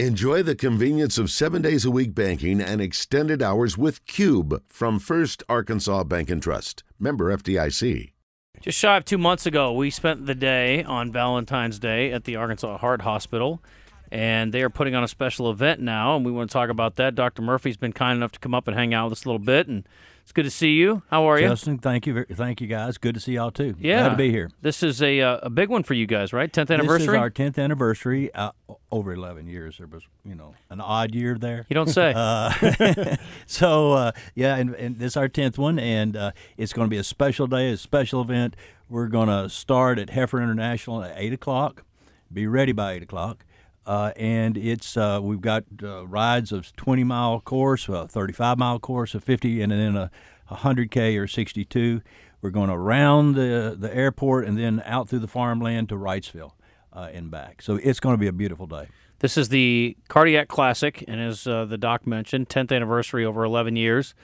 Enjoy the convenience of seven days a week banking and extended hours with Cube from First Arkansas Bank and Trust. Member FDIC. Just shy of two months ago, we spent the day on Valentine's Day at the Arkansas Heart Hospital, and they are putting on a special event now, and we want to talk about that. Dr. Murphy's been kind enough to come up and hang out with us a little bit, and it's good to see you. How are you? Justin, thank you, ver- thank you guys. Good to see y'all too. yeah, glad to be here. This is a uh, a big one for you guys, right? Tenth This anniversary. is our tenth anniversary. Uh, o- over eleven years, there was you know an odd year there. you don't say. Uh, So uh, yeah, and, and this is our tenth one, and uh, it's going to be a special day, a special event. We're going to start at Heifer International at eight o'clock. Be ready by eight o'clock. Uh, and it's uh, we've got uh, rides of 20 mile course, a 35 mile course, a 50, and then a 100k or 62. We're going around the the airport and then out through the farmland to Wrightsville uh, and back. So it's going to be a beautiful day. This is the Cardiac Classic, and as uh, the doc mentioned, 10th anniversary over 11 years.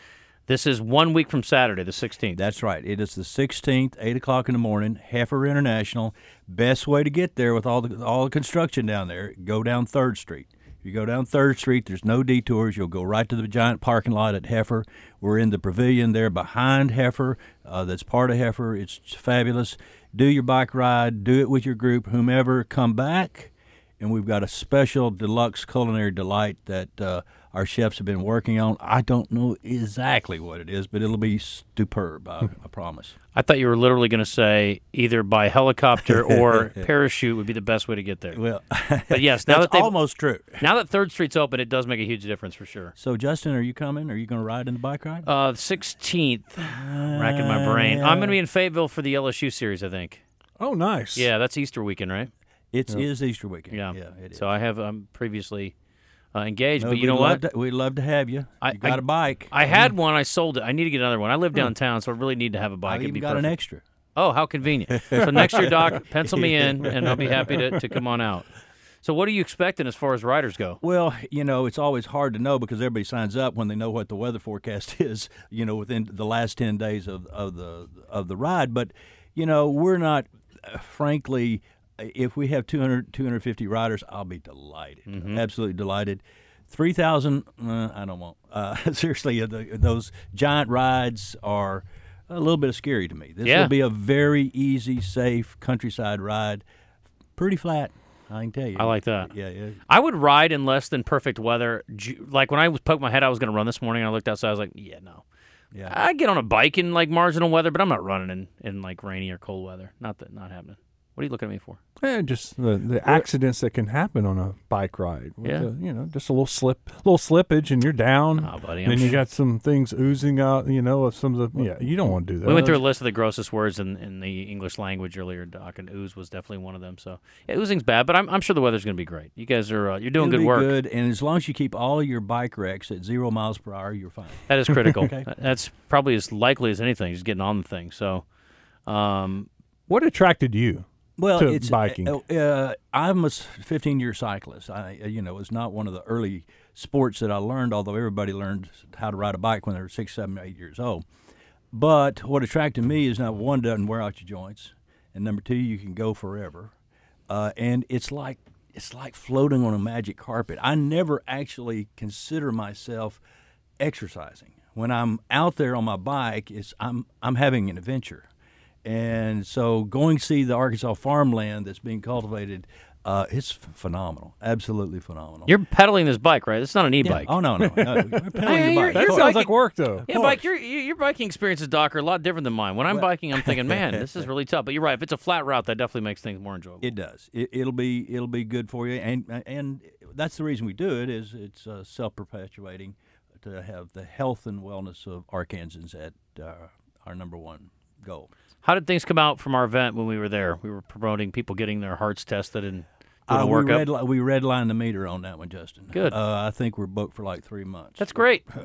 This is one week from Saturday, the 16th. That's right. It is the 16th, 8 o'clock in the morning, Heifer International. Best way to get there with all the, all the construction down there, go down 3rd Street. If you go down 3rd Street, there's no detours. You'll go right to the giant parking lot at Heifer. We're in the pavilion there behind Heifer, uh, that's part of Heifer. It's fabulous. Do your bike ride, do it with your group, whomever. Come back and we've got a special deluxe culinary delight that uh, our chefs have been working on. I don't know exactly what it is, but it'll be superb. I, I promise. I thought you were literally going to say either by helicopter or parachute would be the best way to get there. Well, But yes, now that's that they almost true. now that Third Street's open, it does make a huge difference for sure. So, Justin, are you coming? Are you going to ride in the bike ride? Uh, 16th, racking my brain. I'm going to be in Fayetteville for the LSU series, I think. Oh, nice. Yeah, that's Easter weekend, right? It is Easter weekend. Yeah. it is. so I have um, previously uh, engaged, No, but we'd you know love what? To, we'd love to have you. I- you got I- a bike. I had one. I sold it. I need to get another one. I live downtown, so I really need to have a bike. Hmm. I've It'd even be got an perfect. extra. Oh, how convenient. so next year, Doc, pencil me in, and I'll be happy to, to come on out. So what are you expecting as far as riders go? Well, you know, it's always hard to know because everybody signs up when they know what the weather forecast is, you know, within the last 10 days of, of the of the ride, but you know, we're not uh, frankly uh, if we have 200 250 riders, I'll be delighted. Mm-hmm. Absolutely delighted. 3000 uh, I don't want. Uh, seriously, uh, the, those giant rides are a little bit scary to me. This Yeah. will be a very easy, safe countryside ride. Pretty flat, I can tell you. I like that. Yeah, yeah. I would ride in less than perfect weather. Ju- Like when I was poked my head, I was going to run this morning. And I looked outside. I was like, yeah, no. Yeah. I get on a bike in like marginal weather, but I'm not running in, in like rainy or cold weather. Not that, not happening. What are you looking at me for? Yeah, just the, the accidents that can happen on a bike ride. with Yeah. the- you know, just a little slip, little slippage, and you're down. Ah, buddy, and I'm then you sh- got some things oozing out. You know, of some of the yeah. You don't want to do that. We went through a list of the grossest words in, in the English language earlier, Doc, and ooze was definitely one of them. So yeah, oozing's bad, but I'm, I'm sure the weather's going to be great. You guys are uh, you're doing It'll good be work. Good, and as long as you keep all your bike wrecks at zero miles per hour, you're fine. That is critical. Okay. That's probably as likely as anything. Just getting on the thing. So, um, What attracted you? Well, To it's biking. Uh, uh, I'm a s- 15-year cyclist. I, uh, you know, it's not one of the early sports that I learned. Although everybody learned how to ride a bike when they were six, seven, eight years old. But what attracted me is not one doesn't wear out your joints, and number two, you can go forever, uh, and it's like it's like floating on a magic carpet. I never actually consider myself exercising. When I'm out there on my bike, it's I'm I'm having an adventure, and so going see the Arkansas farmland that's being cultivated, uh, it's ph- phenomenal, absolutely phenomenal. you're pedaling this bike, right? It's not an Oh. Yeah. e-bike. Oh no, no, no. We're pedaling the you're- bike. you're That sounds like work though. Yeah, Mike, your your your biking experiences, Doc, are a lot different than mine. When I'm biking, I'm thinking, man, this is really tough. But you're right. If it's a flat route, that definitely makes things more enjoyable. It does. It, it'll be it'll be good for you, and and that's the reason we do it is it's uh, self perpetuating to have the health and wellness of Arkansans at uh, our number one goal. How did things come out from our event when we were there? We were promoting people getting their hearts tested and doing Uh, a we workup. red li- we redlined the meter on that one, Justin. Good. Uh, I think we're booked for like three months. That's great. uh,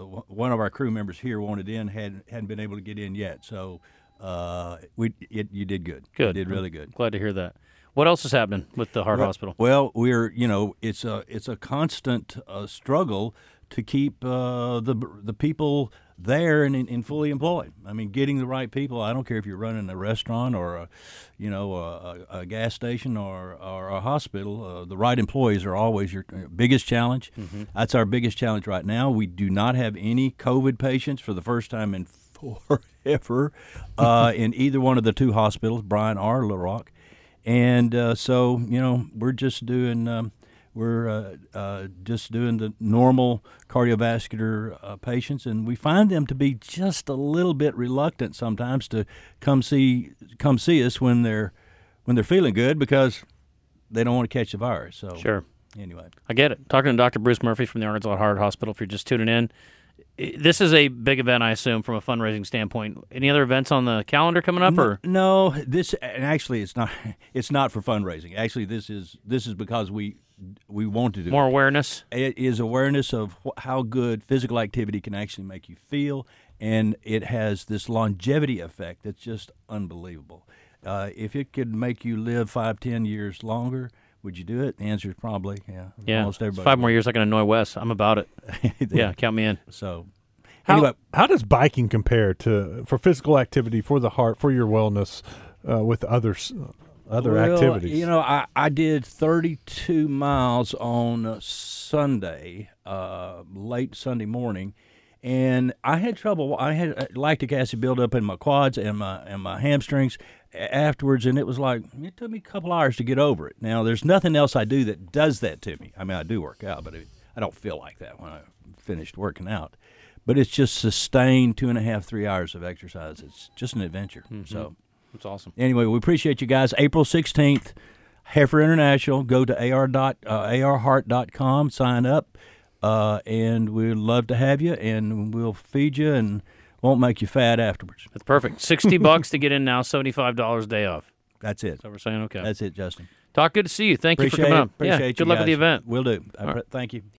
w- one of our crew members here wanted in hadn't hadn't been able to get in yet, so uh, we it, you did good. Good. you did really good. Glad to hear that. What else is happening with the heart hospital? Well, we're you know it's a it's a constant uh, struggle to keep uh, the the people there and, and fully employed. I mean, getting the right people. I don't care if you're running a restaurant or a, you know, a, a a gas station or, or a hospital. Uh, the right employees are always your biggest challenge. That's our biggest challenge right now. We do not have any COVID patients for the first time in forever uh, in either one of the two hospitals, Bryan or La Rock. And uh, so, you know, we're just doing um, we're uh, uh, just doing the normal cardiovascular uh, patients, and we find them to be just a little bit reluctant sometimes to come see come see us when they're when they're feeling good because they don't want to catch the virus. So Sure. anyway, I get it. Talking to Dr. Bruce Murphy from the Arkansas Heart Hospital. If you're just tuning in, I- this is a big event, I assume, from a fundraising standpoint. Any other events on the calendar coming up, or No, this and actually it's not it's not for fundraising. Actually, this is this is because we we want to do more awareness? it is awareness of wh- how good physical activity can actually make you feel, and it has this longevity effect that's just unbelievable. Uh, if it could make you live five, ten years longer, would you do it? The answer is probably yeah. Yeah, almost It's everybody. five more years I can annoy Wes. I'm about it. would. Yeah, count me in. So How, anyway, how does biking compare to for physical activity for the heart for your wellness uh, with others other Well, activities? You know, I, I did 32 miles on uh, Sunday, uh, late Sunday morning, and I had trouble. I had uh, lactic acid buildup in my quads and my and my hamstrings a- afterwards, and it was like it took me a couple hours to get over it. Now, there's nothing else I do that does that to me. I mean, I do work out, but it, I don't feel like that when I finished working out. But it's just sustained two and a half, three hours of exercise. It's just an adventure. Mm-hmm. So That's awesome. anyway, we appreciate you guys. April 16th, Heifer International. Go to AR dot, uh, arheart.com, sign up, uh, and we'd love to have you, and we'll feed you and won't make you fat afterwards. That's perfect. Sixty bucks to get in now. Seventy-five dollars day off. That's it. So we're saying okay. That's it, Justin. Doc, good to see you. Thank you for Appreciate coming it. up. Appreciate yeah, you good luck with the guys. event. Will do. I pre- Thank you.